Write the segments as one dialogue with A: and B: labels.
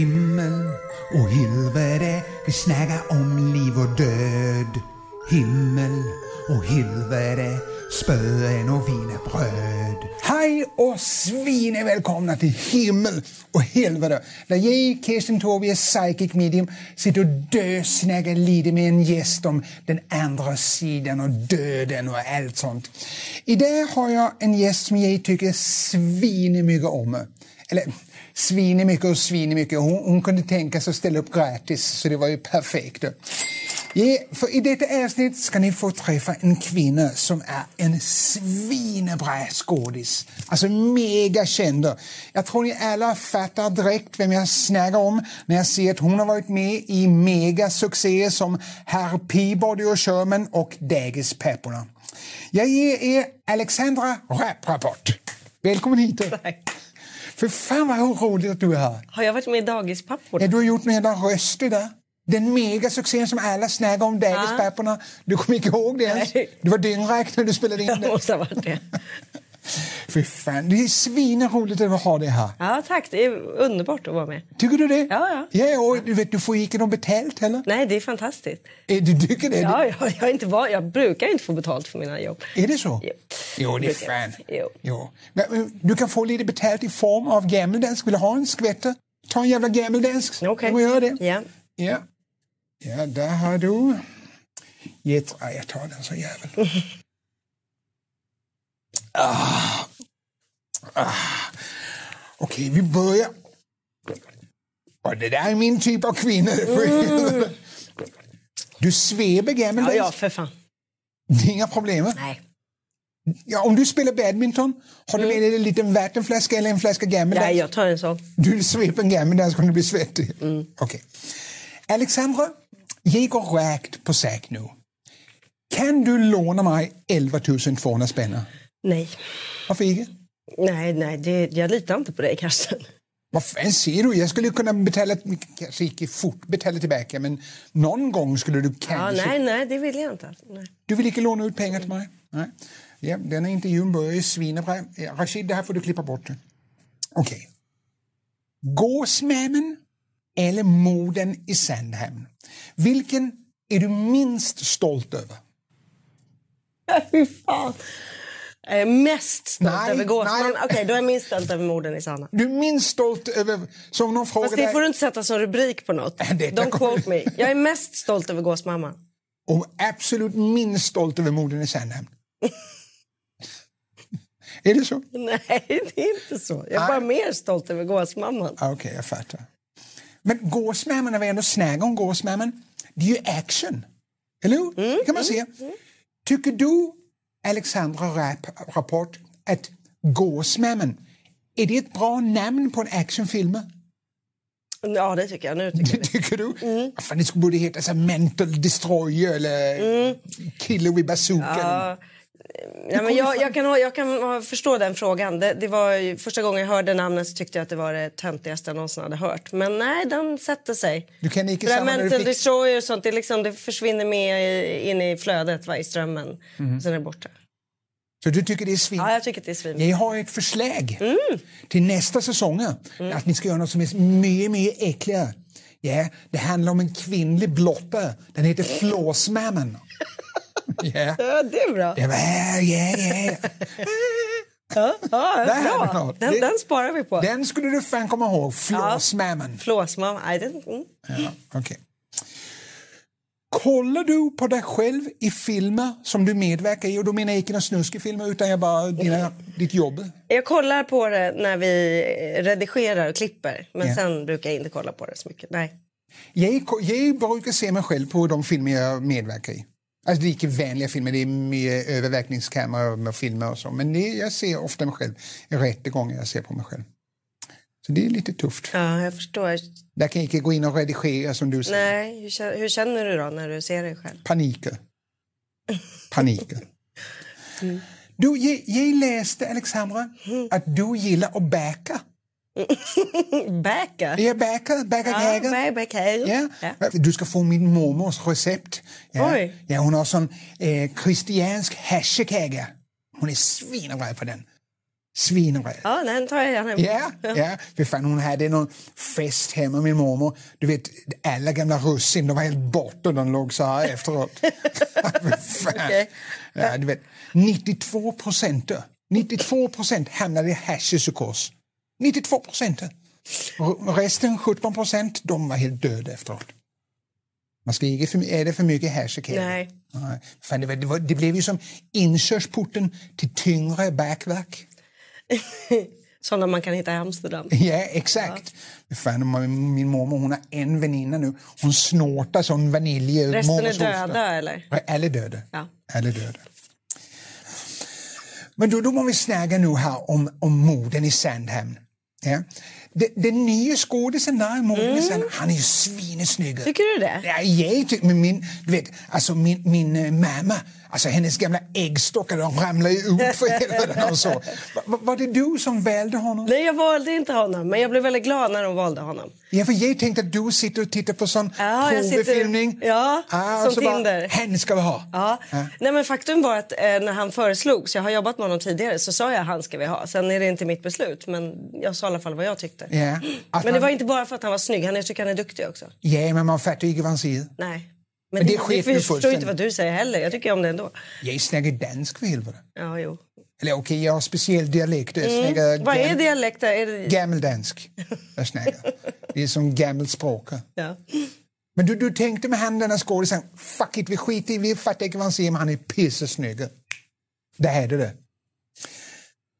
A: Himmel och helvete, vi snäga om liv och död. Himmel och helvete, spöen och vinerbröd.
B: Hej och svin är välkomna till himmel och helvete där jag, Kirsten Torby, är psychic medium, sitter och dösnäggar lite med en gäst om den andra sidan och döden och allt sånt. Idag har jag en gäst som jag tycker svin mycket om. Eller svin mycket och svin mycket. Hon, hon kunde tänka sig att ställa upp gratis, så det var ju perfekt. Ja, för I detta avsnitt ska ni få träffa en kvinna som är en svinebra skådis. Alltså mega känd. Jag tror ni alla fattar direkt vem jag snackar om när jag ser att hon har varit med i mega succéer som Herr Peabody och Sherman och Dagispapporna. Jag ger er Alexandra Rapprapport. Välkommen hit.
C: Tack.
B: För fan vad roligt att du är här.
C: Har jag varit med i Dagispapporna?
B: Ja, du har gjort med hela rösten där. Den megasuccén som alla snackar om, Dagispapporna. Du kommer inte ihåg det ens.
C: Nej.
B: Du var dyngräk när du spelade in
C: Jag
B: det.
C: måste ha varit det.
B: Fy fan, det är svinroligt att ha det här.
C: Ja, tack. Det är underbart att vara med.
B: Tycker du det?
C: Ja,
B: ja. ja och du, vet, du får inte något betalt heller.
C: Nej, det är fantastiskt.
B: Eh, Du tycker det?
C: Ja, jag, jag, är inte van, jag brukar inte få betalt för mina jobb.
B: Är det så?
C: Jo.
B: Jo, det är
C: Brukar jag.
B: fan.
C: Jo.
B: Men, eh, Du kan få lite betalt i form av gammeldansk. Vill du ha en skvätte? Ta en jävla gammeldansk.
C: Okej.
B: Du gör det.
C: Ja.
B: Ja. Ja, där har du... Get... Ah, jag tar den så jävel. Ah. Ah. Ah. Okej, vi börjar. Och det där är min typ av kvinna. Du sveber gammal.
C: Mm. Ja, ja, för fan.
B: Det är inga problem.
C: Nej.
B: Ja, om du spelar badminton, har
C: Mm.
B: du med dig en liten vattenflaska eller en flaska gammal?
C: Nej, jag tar en sån.
B: Du sveper en gammal där så kommer du bli svettig.
C: Mm.
B: Okej. Alexandra, jag går rakt på sak nu. Kan du låna mig 11 200 spänn?
C: Nej.
B: Varför inte?
C: Nej, nej, det, jag litar inte på dig, Karsten.
B: Vad fan ser du? Jag skulle kunna betala, kanske inte fort betala tillbaka, men någon gång skulle du
C: Ja,
B: kanske...
C: nej, nej, det vill jag inte. Nej.
B: Du vill inte låna ut pengar till mig? Nej. Ja, den här intervjun börjar ju svinebra. Ja, Rashid, det här får du klippa bort. Okej. Gåsmämmen eller morden i Sandhamn? Vilken är du minst stolt över?
C: Fy fan. Jag är mest stolt
B: Nej,
C: över
B: nej.
C: gåsman. Okej, då är jag minst stolt över morden i Sanna.
B: Du är minst stolt över... Som någon frågar
C: Fast det
B: dig-
C: får du inte sätta som rubrik på något.
B: Det-
C: Don't quote me. Jag är mest stolt över gåsmamman.
B: Och absolut minst stolt över morden i Sandhamn. är det så?
C: Nej, det är inte så. Jag är bara mer stolt över gåsmamman.
B: Ah, Okej, jag fattar. Men gåsmämmen, när vi ändå snackar om gåsmämmen, det är ju action. Eller hur?
C: Mm,
B: Det kan man säga. Tycker du, Alexandra Rapp, Rapport, att gåsmämmen, är det ett bra namn på en actionfilm?
C: Ja, det tycker jag. Nu tycker jag det.
B: Tycker du?
C: Mm.
B: Fan, det skulle borde heta så här, Mental Destroyer eller Killer with Bazooka.
C: Mm. Ja, ja, men jag, jag, kan, ha- jag kan ha- förstå den frågan. Det, det var ju, första gången jag hörde namnet så tyckte jag att det var det töntigaste jag någonsin hade hört. Men nej, den sätter sig.
B: Du kan inte
C: För det här
B: samla
C: mental
B: dig fick...
C: destroyer och sånt, det, är liksom, det försvinner med i- in i flödet, va, i strömmen.
B: Mhm.
C: Sen är det borta.
B: Så du tycker det är svin?
C: Ja, jag tycker att det är svin.
B: Jag har ett förslag till nästa säsong. Att ni ska göra något som är mycket, mycket äckligare. Ja, det handlar om en kvinnlig blotta. Den heter Flåsmammen. Ja,
C: Ja, det är bra.
B: ja, ja, ja.
C: Ja, ja,
B: Det här är
C: bra.
B: bra.
C: Den,
B: Det-
C: den sparar vi på.
B: Den skulle du fan komma ihåg. Flåsmammen.
C: Flåsmamma. Nej, den- mm.
B: Ja, okej. Kollar du på dig själv i filmer som du medverkar i? Och då menar jag inte några snuskefilmer utan jag bara dina, ditt jobb.
C: Jag kollar på det när vi eh, redigerar och klipper, men
B: Ja.
C: sen brukar jag inte kolla på det så mycket. Nej.
B: Jag, ko- jag brukar se mig själv på de filmer jag medverkar i. Alltså det är inte vanliga filmer, det är mycket övervakningskameror med filmer och så. Men det, jag ser ofta mig själv i rättegångar jag ser på mig själv. Så det är lite tufft.
C: Ja, jag förstår.
B: Där kan jag inte gå in och redigera som du säger.
C: Nej, hur, kä- hur känner du då när du ser dig själv?
B: Paniker. Paniker.
C: Mm.
B: Du, jag, jag läste, Alexandra, att du gillar att baka.
C: Bäka?
B: Jag bakar, bakar
C: Ja,
B: kakor.
C: bä- bäka. Ja.
B: eh? Ja. Du ska få min mormors recept. Ja.
C: Oj.
B: Ja, hon har sån eh, kristiansk hassekaka. Hon är svinbra på den. Svinrädd.
C: Ja, den tar jag gärna emot.
B: Ja, ja. För fan, hon hade någon fest hemma med min mormor. Du vet, alla gamla russin, de var helt borta. De låg så här efteråt. Fy fan.
C: Okej.
B: ja, du vet, 92 procent 92 procent hamnade i haschischykos. 92 procent. Resten, 17 procent, de var helt döda efteråt. Man ska inte för, är det för mycket hasch i kläder?
C: Nej.
B: Nej. Fan, det, var, det, var, det blev ju som inkörsporten till tyngre bakverk.
C: Sådana man kan hitta i Amsterdam.
B: Ja, exakt. Fan, min min mormor hon har en väninna nu. Hon snortar sån vanilj. ur
C: Resten är
B: mormors hosta.
C: döda eller?
B: Ja, Alla är döda.
C: Ja.
B: Alla är döda. Men då, då må vi snacka nu här om, om morden i Sandhamn. Ja. Den, den nya skådisen där i morden i Sandhamn, han är ju svinesnygg.
C: Mm. Tycker du det?
B: Ja, jag tycker, men min, du vet, alltså min, min eh, mamma, alltså hennes gamla äggstockar, de ramlar ju ut för helvete och så. Va- va- var det du som valde honom?
C: Nej, jag valde inte honom, men jag blev väldigt glad när de valde honom.
B: Ja, för jag tänkte att du sitter och tittar på sån
C: Ja, jag sitter-
B: provfilmning.
C: ja,
B: och
C: som
B: så bara,
C: Tinder.
B: Hen ska vi ha.
C: Ja. Nej, men faktum var att eh, när han föreslogs, jag har jobbat med honom tidigare, så sa jag han ska vi ha. Sen är det inte mitt beslut, men jag sa i alla fall vad jag tyckte.
B: Ja, att
C: Men det
B: han-
C: var inte bara för att han var snygg, han, jag tycker han är duktig också.
B: ja, men man fattar ju inte vad han säger.
C: Nej.
B: Men det
C: vi-
B: sket
C: vi
B: nu
C: förstår
B: fullständigt.
C: inte vad du säger heller, jag tycker om det ändå.
B: Jag snackar dansk för helvete.
C: Ja, jo.
B: Eller okej, jag har speciell dialekt. Jag snackar
C: Mm. Vad är
B: gam-
C: dialekter? Är det...
B: gammeldansk. Jag snackar. det är som gammalt språk.
C: Ja.
B: Men du, du tänkte med han den här skådisen, fuck it, vi skiter i, vi fattar inte vad han säger, men han är pissesnygg. Det här är det.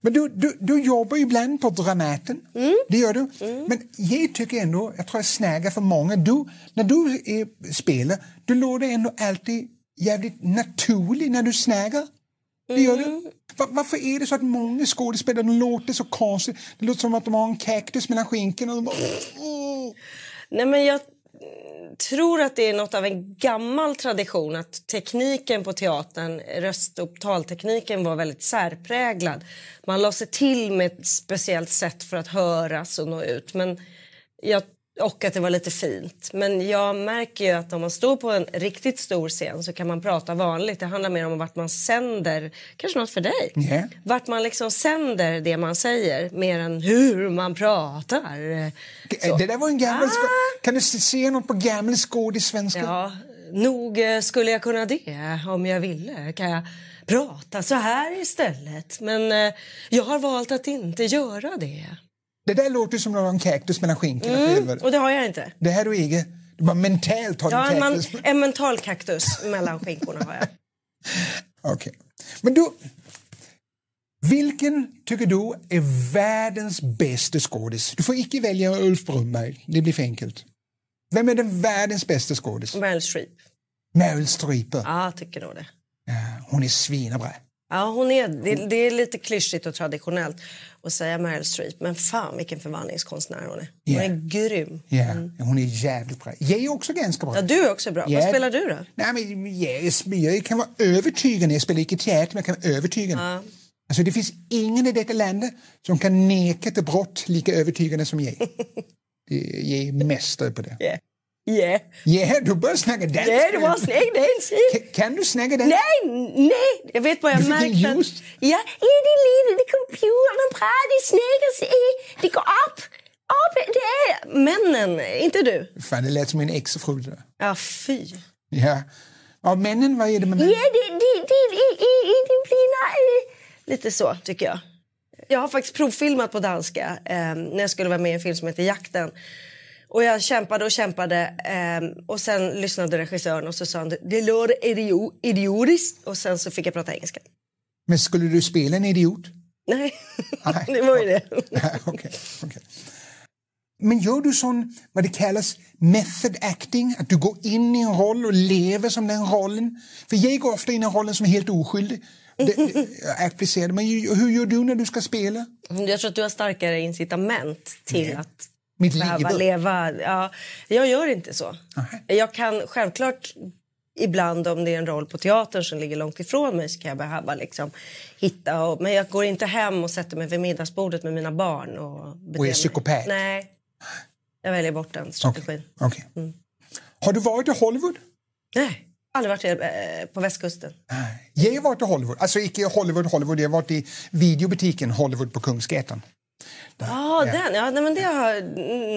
B: Men du, du, du jobbar ju ibland på Dramaten, det gör du. Men jag tycker ändå, jag tror jag snackar för många, du, när du är, spelar, du låter ändå alltid jävligt naturlig när du snackar. Det gör du. Va- varför är det så att många skådespelare de låter så konstigt? Det låter som att de har en kaktus mellan skinkorna. Och de bara,
C: Nej, men jag mm, tror att det är något av en gammal tradition att tekniken på teatern, röst och taltekniken var väldigt särpräglad. Man la sig till med ett speciellt sätt för att höras och nå ut. Men jag, och att det var lite fint. Men jag märker ju att om man står på en riktigt stor scen så kan man prata vanligt. Det handlar mer om vart man sänder, kanske något för dig.
B: Ja.
C: Vart man liksom sänder det man säger mer än hur man pratar. Så.
B: Det där var en gammal
C: Ah.
B: sko- Kan du se- se något på gammal skådis svenska?
C: Ja, nog eh, skulle jag kunna det om jag ville. Kan jag prata så här istället? Men eh, jag har valt att inte göra det.
B: Det där låter som om du har en kaktus mellan skinkorna. för helvete.
C: Och det har jag inte.
B: Det här är du egen. Du bara mentalt har du
C: Jag har
B: en
C: en, man,
B: kaktus.
C: en mental kaktus mellan skinkorna har jag.
B: Okej. Men du, vilken tycker du är världens bästa skådis? Du får icke välja Ulf Brunnberg, det blir för enkelt. Vem är den världens bästa skådis?
C: Meryl Streep.
B: Meryl Streep.
C: Ja, tycker nog det.
B: Hon är svinbra.
C: Ja, hon är, det, det är lite klyschigt och traditionellt att säga Meryl Streep, men fan vilken förvandlingskonstnär hon är. Hon
B: Ja.
C: är grym.
B: Ja, Hon är jävligt bra. Jag är också ganska bra.
C: Ja, du är också bra.
B: Ja.
C: Vad spelar du då?
B: Nej, men jag, jag kan vara övertygande. Jag spelar inte teater, men jag kan vara övertygande. Alltså, det finns ingen i detta landet som kan neka till brott lika övertygande som jag. Det- jag är mästare på det.
C: Yeah. Yeah.
B: Ja, du börjar snacka danska.
C: Yeah, det var snygg, det är en snygg.
B: Kan- Kan du snacka danska?
C: Nej, nej! Jag vet bara, jag
B: Du fick en
C: märkte
B: ljus.
C: att... Ja, är det lite, det computern, den pratar, snäcker sig, det går upp, upp, det är... Männen, inte du.
B: Fan, det lät som min exfru. det där.
C: Ja, fy.
B: Ja. ja, männen, vad är det med män?
C: Ja, det, det, det, det, det, det blir... Nej. Lite så, tycker jag. Jag har faktiskt provfilmat på danska eh, när jag skulle vara med i en film som heter Jakten. Och jag kämpade och kämpade eh, och sen lyssnade regissören och så sa han det låter idio- idiotiskt och sen så fick jag prata engelska.
B: Men skulle du spela en idiot?
C: Nej,
B: Nej.
C: det var ju det.
B: Ja, okej, okej. Men gör du sån, vad det kallas, method acting? Att du går in i en roll och lever som den rollen? För jag går ofta in i en rollen som är helt oskyldig. Det, jag applicerar det. Men ju- hur gör du när du ska spela?
C: Jag tror att du har starkare incitament till att
B: Mitt
C: behöva
B: liv.
C: leva. Ja, jag gör inte så.
B: Nej.
C: Jag kan självklart ibland om det är en roll på teatern som ligger långt ifrån mig så kan jag behöva liksom hitta. Och, men jag går inte hem och sätter mig vid middagsbordet med mina barn. Och, beter mig.
B: psykopat.
C: Nej, jag väljer bort den strategin.
B: Okej. Har du varit i Hollywood?
C: Nej, Aldrig varit eh, på västkusten.
B: Jag har varit i Hollywood, alltså icke Hollywood, Hollywood, jag har varit i videobutiken Hollywood på Kungsgatan.
C: Ja, den. Ja, nej, men det har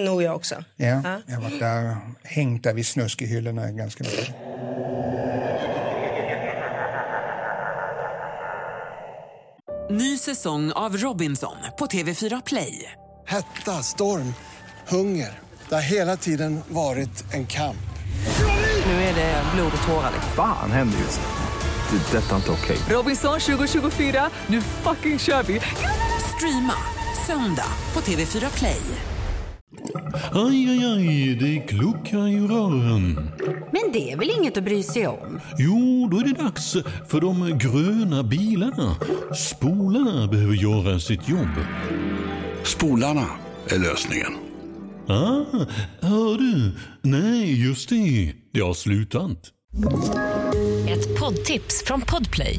C: nog jag också.
B: Ja, Jag har varit där, hängt där vid snuskhyllorna ganska mycket.
D: Ny säsong av Robinson på TV4 Play.
E: Hetta, storm, hunger. Det har hela tiden varit en kamp.
D: Nu är det blod och tårar. liksom.
F: Fan händer just nu. Det. är Detta är inte okej.
D: Robinson 2024, nu fucking kör vi! Streama söndag på TV4 Play.
G: Aj, aj, aj, det kluckar i rören.
H: Men det är väl inget att bry sig om?
G: Jo, då är det dags för de gröna bilarna. Spolarna behöver göra sitt jobb.
I: Spolarna är lösningen.
G: Ah, hör du? Nej, just det. Det har slutat.
J: Ett poddtips från Podplay.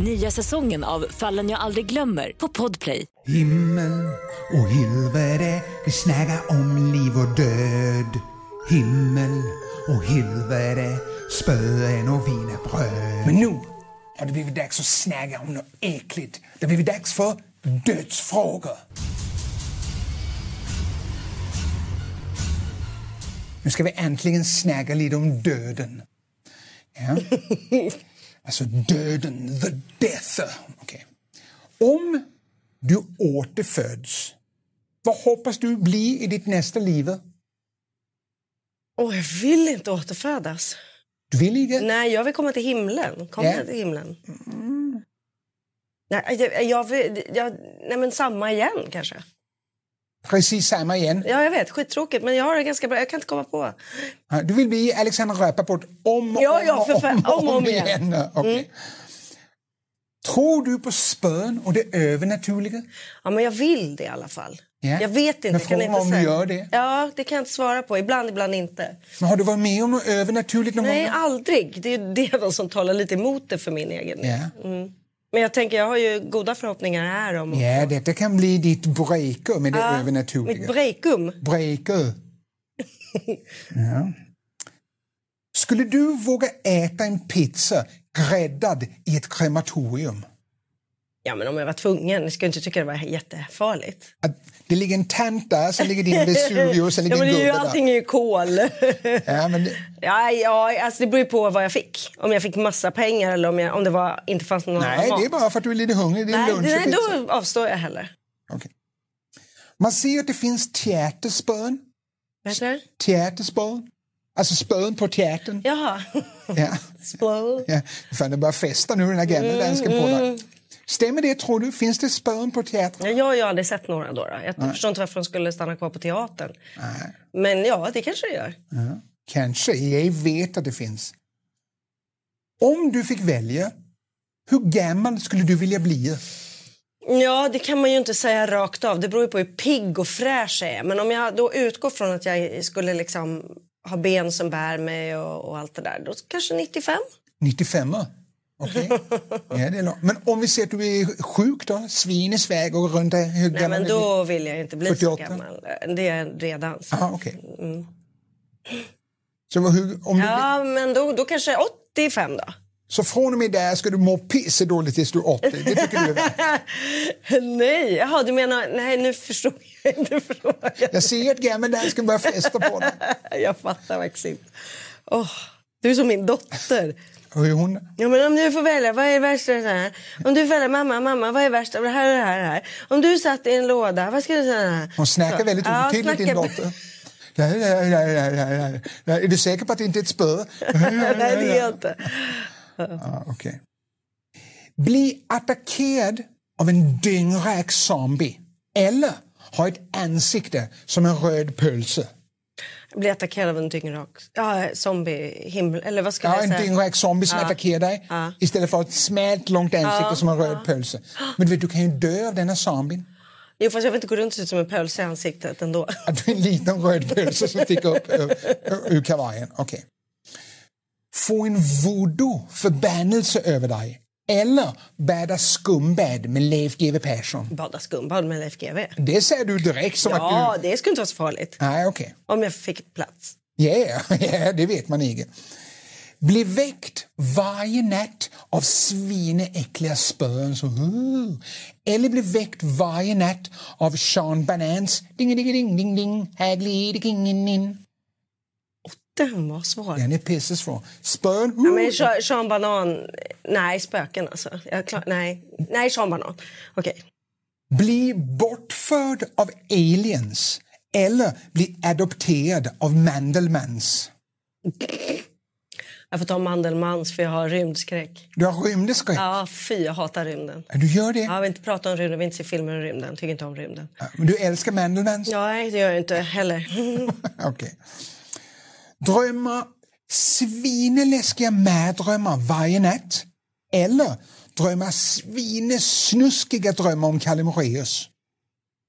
J: Nya säsongen av Fallen jag aldrig glömmer på Podplay.
A: Himmel och helvete, vi snackar om liv och död. Himmel och helvete, spöen och wienerbröd.
B: Men nu har det blivit dags att snäga om något äckligt. Det har blivit dags för dödsfrågor. Nu ska vi äntligen snäga lite om döden. Ja. Alltså döden, the death. Okej. Om du återföds, vad hoppas du bli i ditt nästa liv?
C: Åh, jag vill inte återfödas.
B: Du vill inte?
C: Nej, jag vill komma till himlen. Kom
B: Ja.
C: jag till himlen? Nej, jag, jag, vill- jag, nej, men samma igen kanske.
B: Precis samma igen.
C: Ja, jag vet. Skittråkigt, men jag har det ganska bra. Jag kan inte komma på.
B: Ja, Du vill bli Alexander Rapaport om och
C: Ja,
B: om,
C: ja,
B: och
C: för fan.
B: om, och
C: Om och
B: om
C: om
B: igen.
C: igen. Mm.
B: Okej. Tror du på spön och det övernaturliga?
C: Ja, men jag vill det i alla fall.
B: Ja.
C: Jag vet inte.
B: Men
C: jag kan
B: frågan
C: inte
B: om du
C: säga.
B: gör det?
C: Ja, det kan jag inte svara på. Ibland, ibland inte.
B: Men har du varit med om något övernaturligt någon
C: Nej,
B: gång?
C: aldrig. Det är det då som talar lite emot det för min egen del.
B: Ja.
C: Men jag tänker, jag har ju goda förhoppningar här om
B: Ja, detta kan bli ditt breaker med det
C: mitt
B: övernaturliga.
C: breakum.
B: Breaker. ja. Skulle du våga äta en pizza gräddad i ett krematorium?
C: Ja, men om jag var tvungen. Jag skulle inte tycka det var jättefarligt.
B: Att det ligger en tant där, sen ligger din Vesuvius, sen
C: Ja,
B: ligger
C: men
B: en
C: det är ju,
B: gubbe
C: allting
B: där.
C: är ju kol.
B: Ja, men det,
C: ja, ja, alltså det beror ju på vad jag fick. Om jag fick massa pengar eller om, jag, om det var, inte fanns någon annan
B: nej, det är bara för att du är lite hungrig. Det är
C: Nej,
B: lunch och
C: nej,
B: pizza.
C: då avstår jag heller.
B: Okej. Man ser att det finns teaterspön.
C: Vad heter det?
B: Teaterspön. Alltså spön på teatern.
C: Jaha.
B: Ja.
C: Explode.
B: Ja. Fan, det börjar festa nu den här gamla dansken på
C: Mm,
B: dig. Stämmer det tror du? Finns det spön på teatern?
C: Jag har ju aldrig sett några då. då. Jag förstår inte varför de skulle stanna kvar på teatern.
B: Nej.
C: Men ja, det kanske det gör.
B: Kanske. Jag vet att det finns. Om du fick välja, hur gammal skulle du vilja bli?
C: Ja, det kan man ju inte säga rakt av. Det beror ju på hur pigg och fräsch jag är. Men om jag då utgår från att jag skulle liksom ha ben som bär mig och, och allt det där, då kanske 95?
B: 95? Okej. Ja, det är långt. Men om vi ser att du är sjuk då? Svin i Sverige och runt dig. Hur
C: Nej,
B: gammal
C: men
B: är du?
C: då vill jag inte bli
B: 48?
C: så gammal. Det är jag redan. Så.
B: Aha, okej. Så, vad- hur, om du,
C: Mm. Ja, men då, då kanske 85 då?
B: så från och med där ska du må pissedåligt tills du är 80. Det tycker du är värt.
C: nej, jaha, du menar... Nej, nu förstår jag inte frågan.
B: Jag ser att gammal dansken börjar festa på dig.
C: Jag fattar faktiskt inte. Åh, du är som min dotter.
B: Hur är hon?
C: Ja, men om du får välja, vad är värst av det här? Om du får välja, mamma, mamma, vad är värst av det här och det här? och Det här? Om du satt i en låda, vad skulle du säga?
B: Hon snackar
C: Så.
B: väldigt
C: Ja,
B: otydligt, din
C: snackar-
B: dotter. Nej, nej, nej, nej, nej, nej. Nej, Är du säker på att det inte är ett spö?
C: Nej, det är jag inte.
B: Ja, Ah, okej. Bli attackerad av en dyngrak zombie eller ha ett ansikte som en röd pölse.
C: Jag blir attackerad av en dyngrak... Ja, zombie, himmel, eller vad skulle
B: Ja,
C: jag
B: en
C: säga?
B: dyngrak zombie som attackerar dig istället för ett smält långt ansikte som en röd pölse. Men du vet, du kan ju dö av denna zombien.
C: Jo, fast jag vill inte gå runt och se ut som en pölse i ansiktet ändå.
B: Att det är en liten röd pölse som sticker upp ur, ur kavajen. Okej. Få en voodoo-förbannelse över dig. Eller bäda skumbad med Leif GW Persson.
C: Bada skumbad med Leif GW.
B: Det säger du direkt som
C: ja,
B: att du...
C: det skulle inte vara så farligt.
B: Nej, okej.
C: Om jag fick plats.
B: Yeah, yeah, det vet man inte. Bli väckt varje natt av svineäckliga spön. Så, uh. Eller bli väckt varje natt av Sean Banans ding ding ding ding ding här glider kingen in.
C: Den var svår.
B: Den är pissesvår. Spön...
C: Ja, men Sean- Sean Banan... Nej, spöken alltså. Jag klar... Nej. Nej, Sean Banan. Okej.
B: Bli bortförd av aliens eller bli adopterad av Mandelmans.
C: Jag får ta Mandelmans för jag har rymdskräck.
B: Du har rymdeskräck.
C: Ja, fy, jag hatar rymden.
B: Du gör det?
C: Jag vill inte prata om rymden, jag vill inte se filmer om rymden. Tycker inte om rymden.
B: Men du älskar Mandelmans?
C: Nej, det gör jag inte heller.
B: Okej. Drömma svineläskiga mardrömmar varje natt eller drömma svinesnuskiga drömmar om Kalle Moraeus.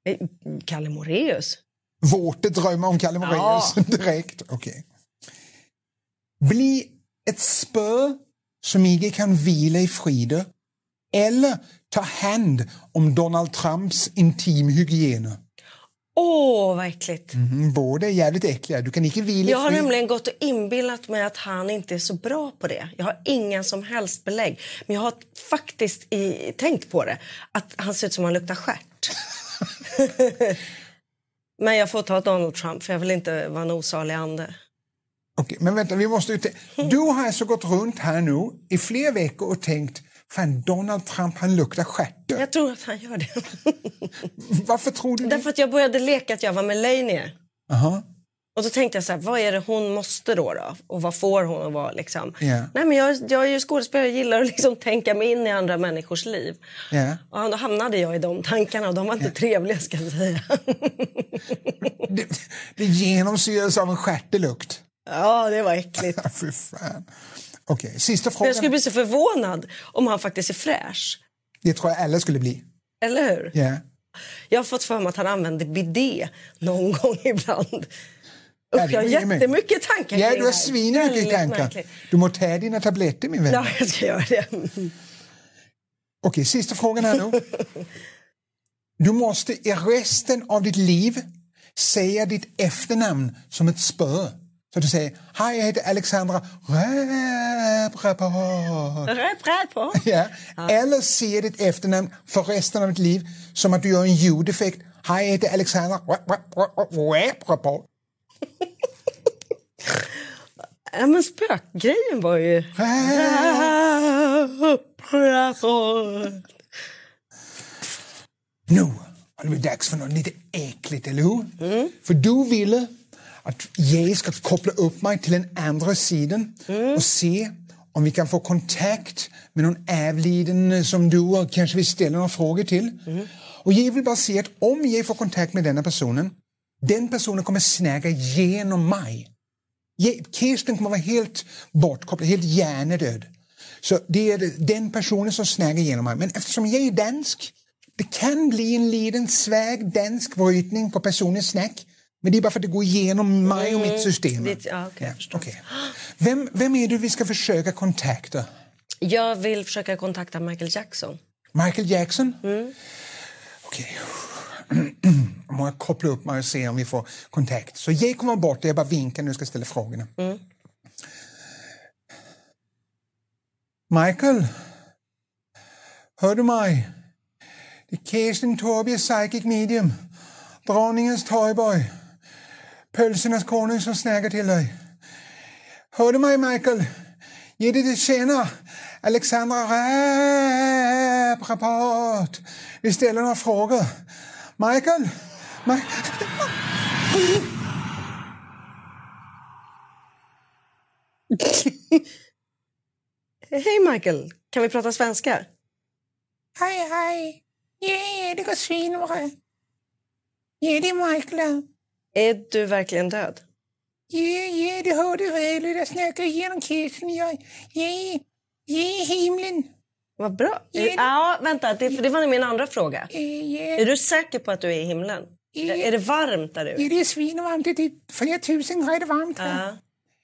C: Eh, Kalle Moraeus?
B: Våte drömmar om Kalle Moraeus direkt. Okej. Bli ett spö som inte kan vila i fride eller ta hand om Donald Trumps intimhygiene.
C: Åh, vad äckligt.
B: Mhm, båda är jävligt äckliga. Du kan inte vila i
C: Jag har
B: frid.
C: nämligen gått och inbillat mig att han inte är så bra på det. Jag har inga som helst belägg. Men jag har faktiskt i, tänkt på det. Att han ser ut som han luktar stjärt. men jag får ta Donald Trump för jag vill inte vara en osalig ande.
B: Okej, men vänta, vi måste ju te- Du har alltså gått runt här nu i flera veckor och tänkt Fan, Donald Trump han luktar stjärt.
C: Jag tror att han gör det.
B: Varför tror du det?
C: Därför att jag började leka att jag var Melania.
B: Aha.
C: Och då tänkte jag så här, vad är det hon måste då? då? Och vad får hon att vara liksom?
B: Ja.
C: Nej men jag, jag är ju skådespelare, jag gillar att liksom tänka mig in i andra människors liv.
B: Ja.
C: Och då hamnade jag i de tankarna och de var inte trevliga ska jag säga.
B: Det genomsyras av en stjärtelukt.
C: Ja, det var äckligt.
B: Fy fan. Okej, sista
C: För
B: frågan.
C: jag skulle bli så förvånad om han faktiskt är fräsch.
B: Det tror jag alla skulle bli.
C: Eller hur?
B: Ja.
C: Jag har fått för mig att han använder bidé någon gång ibland.
B: Ja,
C: Usch,
B: det blir
C: jag har
B: mycket.
C: jättemycket tankar
B: Ja,
C: kring
B: du
C: det
B: har
C: här.
B: svinmycket
C: Väldigt
B: tankar.
C: märkligt.
B: Du må ta dina tabletter, min vän.
C: Ja, jag ska göra det.
B: Okej, sista frågan här nu. Du måste i resten av ditt liv säga ditt efternamn som ett spö. Så du säger, hej jag heter Alexandra Räprapar.
C: Rätt, rätt på.
B: Ja. Eller säga ditt efternamn för resten av ditt liv som att du gör en ljudeffekt. Hej jag heter Alexandra Räprapar.
C: Ja, men spökgrejen var ju...
B: Nu har det blivit dags för något lite äckligt, eller hur? För du ville att jag ska koppla upp mig till den andra sidan och se om vi kan få kontakt med någon avliden som du och kanske vi ställer några frågor till. Och jag vill bara se att om jag får kontakt med denna personen, den personen kommer snäga genom mig. Jag- Kirsten kommer vara helt bortkopplad, helt hjärnedöd. Så det är den personen som snäger genom mig. Men eftersom jag är dansk, det kan bli en liten sväg dansk brytning på personens snack. Men det är bara för att det går igenom mig och mitt system.
C: Mm, Ditt- ja, okej, jag
B: Ja, okej. Vem, vem är det vi ska försöka kontakta?
C: Jag vill försöka kontakta Michael Jackson.
B: Michael Jackson? Okej. Om jag kopplar upp mig och ser om vi får kontakt. Så jag kommer bort och jag bara vinkar när du ska ställa frågorna. Michael? Hör du mig? Det är Kirsten Torbjer, psychic medium. Drottningens toyboy. Pölsernas konung som snäger till dig. Hör du mig, Michael? Ge det till känna. Alexandra Räp, rapport. Vi ställer några frågor. Michael? Ma-
C: Hej Michael, kan vi prata svenska?
K: Hej, hej. Yeah, det går svinbra. Ja, det är Michael.
C: Är du verkligen död?
K: Ja, ja, det hör du väl. Jag snackar genom kissen. Jag, ja, ja, himlen.
C: Vad bra. Ja, vänta, det, för det var min andra fråga. Är du säker på att du är i himlen? Är det varmt där
B: Ja,
C: ute?
B: det är svinvarmt. Det är typ flera tusen grader varmt här.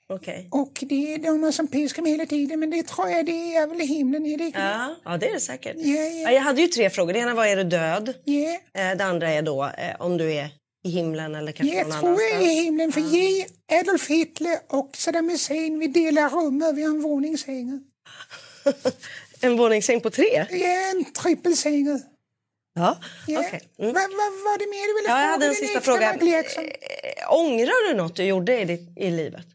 C: Ja, okej.
B: Och det är de som piskar mig hela tiden, men det tror jag det är väl i himlen, är det inte?
C: Ja, ja, det är det säkert.
B: ja.
C: Ja, Jag hade ju tre frågor. Det ena var är du död?
B: Yeah.
C: Det andra är då eh, om du är i himlen eller kanske
B: Jag
C: någon
B: tror jag är i
C: annanstans.
B: himlen, för jag, Adolf Hitler och Saddam Hussein, vi delar rum över en våningssäng.
C: En våningssäng på tre?
B: Ja, en trippelsäng.
C: Ja, Mm.
B: Ja.
C: okej.
B: Vad vad var det mer du ville
C: Ja,
B: fråga?
C: jag hade en
B: den
C: sista
B: äkta
C: fråga.
B: Michael Jackson?
C: Eh, Ångrar du något du gjorde i, ditt, i livet?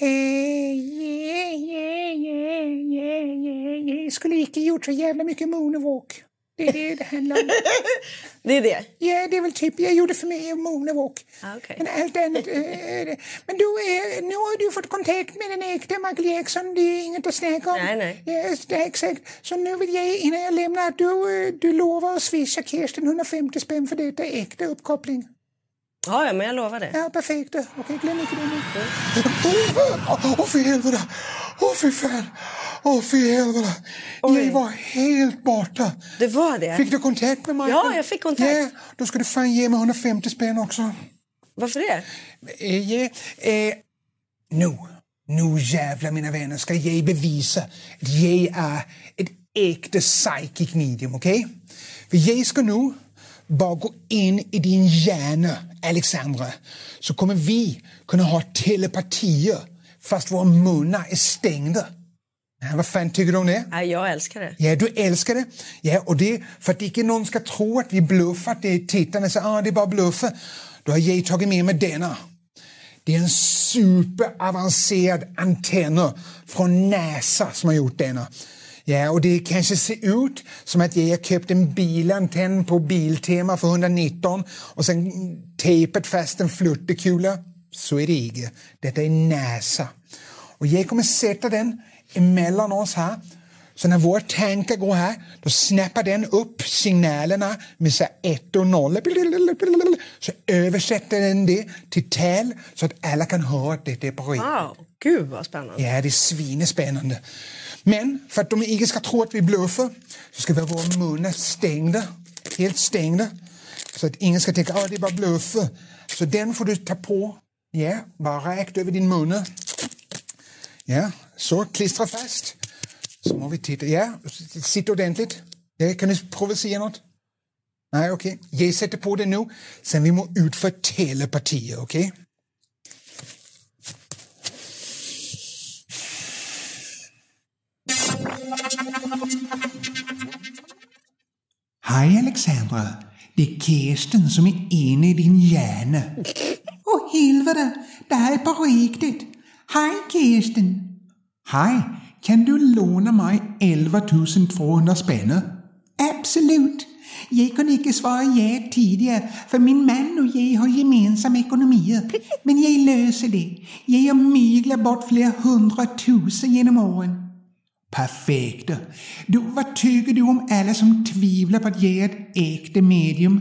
B: Eh, yeah, yeah, yeah, yeah, yeah, yeah. Jag skulle inte gjort så jävla mycket moonwalk. Det är det det handlar om.
C: Det är det?
B: Ja, det är väl typ, jag gjorde för mig moonwalk.
C: Ah, okej.
B: Men allt annat, eh, är det. men du, eh, nu har du fått kontakt med den äkta Michael Jackson, det är inget att snacka om.
C: Nej, nej.
B: Ja, det är exakt. Så nu vill jag, innan jag lämnar, att du, eh, du lovar att swisha Kirsten 150 spänn för detta äkta uppkoppling.
C: Ja, ja, men jag lovar det.
B: Ja, perfekt. Okej, glöm inte det nu.
E: Åh, fy helvete! Åh, fy fan! Åh, fy helvete! Jag var helt borta.
C: Det var det?
E: Fick du kontakt med Michael?
C: Ja, jag fick kontakt.
E: Ja, då ska du fan ge mig 150 spänn också.
C: Varför det?
B: Eh, ja, eh, nu, nu jävlar mina vänner ska jag bevisa att jag är ett äkta psychic medium, okej? För jag ska nu bara gå in i din hjärna, Alexandra, så kommer vi kunna ha telepatier fast våra munnar är stängda. Ja, vad fan tycker du om det?
C: Ja, jag älskar det.
B: Ja, du älskar det. Ja, och det för att inte någon ska tro att vi bluffar, att det är tittarna säger ah, det är bara bluffa. Då har jag tagit med mig denna. Det är en superavancerad antenn från NASA som har gjort denna. Ja, och det kanske ser ut som att jag har köpt en bilantenn på Biltema för 119 och sen mm, tejpat fast en flörtekula. Så är det inte. Detta är NASA. Och jag kommer sätta den emellan oss här så när våra tankar går här, då snappar den upp signalerna med så här ett och noll. Så översätter den det till tal så att alla kan höra att det är på riktigt.
C: Wow, gud vad spännande.
B: Ja, det är svinespännande. Men för att de inte ska tro att vi bluffar så ska vi ha våra munnar stängda, helt stängda. Så att ingen ska tänka att det är bara bluffer. Så den får du ta på, ja, bara rakt över din mun. Ja, så klistra fast. Så må vi titta, ja, s- sitt ordentligt. Ja, kan du provocera något? Nej, okej. Jag sätter på det nu. Sen vi må utföra telepartier, okej?
A: Hej Alexandra, det är Kirsten som är inne i din hjärna.
K: Åh helvete, det här är på riktigt. Hej Kirsten.
A: Hej, kan du låna mig 11 200 spänn?
K: Absolut. Jag kunde inte svara ja tidigare, för min man och jag har gemensamma ekonomier. Men jag löser det. Jag har myglat bort flera hundratusen genom åren.
A: Perfekt. Du, vad tycker du om alla som tvivlar på att jag är ett äkta medium?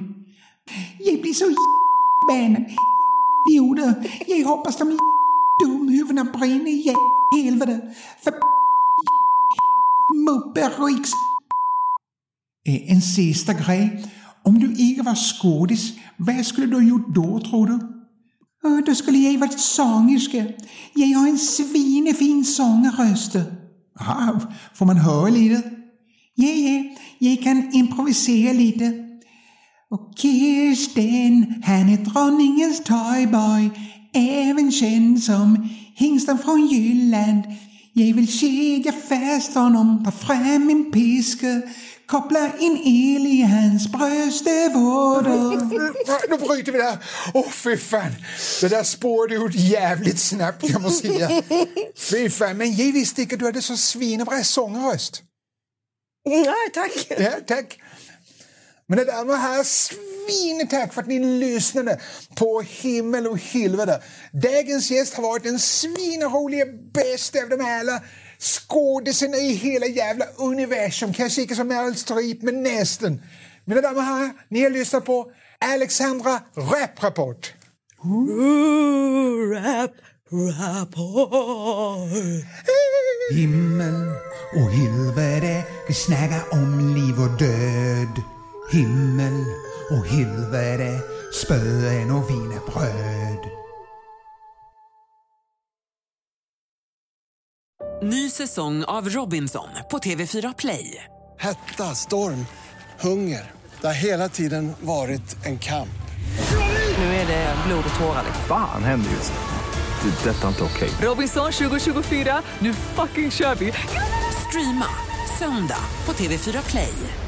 K: Jag blir så förbannad. Idioter. Jag hoppas de dumhuvudena brinner i helvete. För muppe riks...
A: Eh, En sista grej. Om du inte var skådis, vad skulle du ha gjort då tror du?
K: Åh, Då skulle jag varit sångerska. Jag har en svinefin sångröst.
A: Ah, får man höra lite?
K: Ja, ja, jag kan improvisera lite. Och Kirsten, han är drottningens toyboy, även känd som hingsten från Jylland. Jag vill kedja fast honom, ta fram min piska, koppla in el i hans bröstvårtor.
B: Nu bryter vi där. Åh, fy fan. Det där spårade ut jävligt snabbt, jag måste säga. Fy fan, men jag visste inte att du hade så svinbra sångröst.
C: Nej, tack.
B: Ja, tack. Men det där var här svinet tack för att ni lyssnade på Himmel och helvete. Dagens gäst har varit den svinroliga bästa av dem alla skådisarna i hela jävla universum. Kanske inte som Meryl Streep, men nästan. Mina damer och herrar, ni har lyssnat på Alexandra Rap Rapport.
C: Ooh, rap,
L: Rapport.
B: Himmel och helvete, vi snäga om liv och död. Himmel och helvete, spöen och vinerbröd.
D: Ny säsong av Robinson på TV4 Play.
M: Hetta, storm, hunger. Det har hela tiden varit en kamp.
D: Nu är det blod och tårar. liksom.
N: Fan händer just det. Det är detta inte okej.
D: Robinson 2024, nu fucking kör vi! Streama söndag på TV4 Play.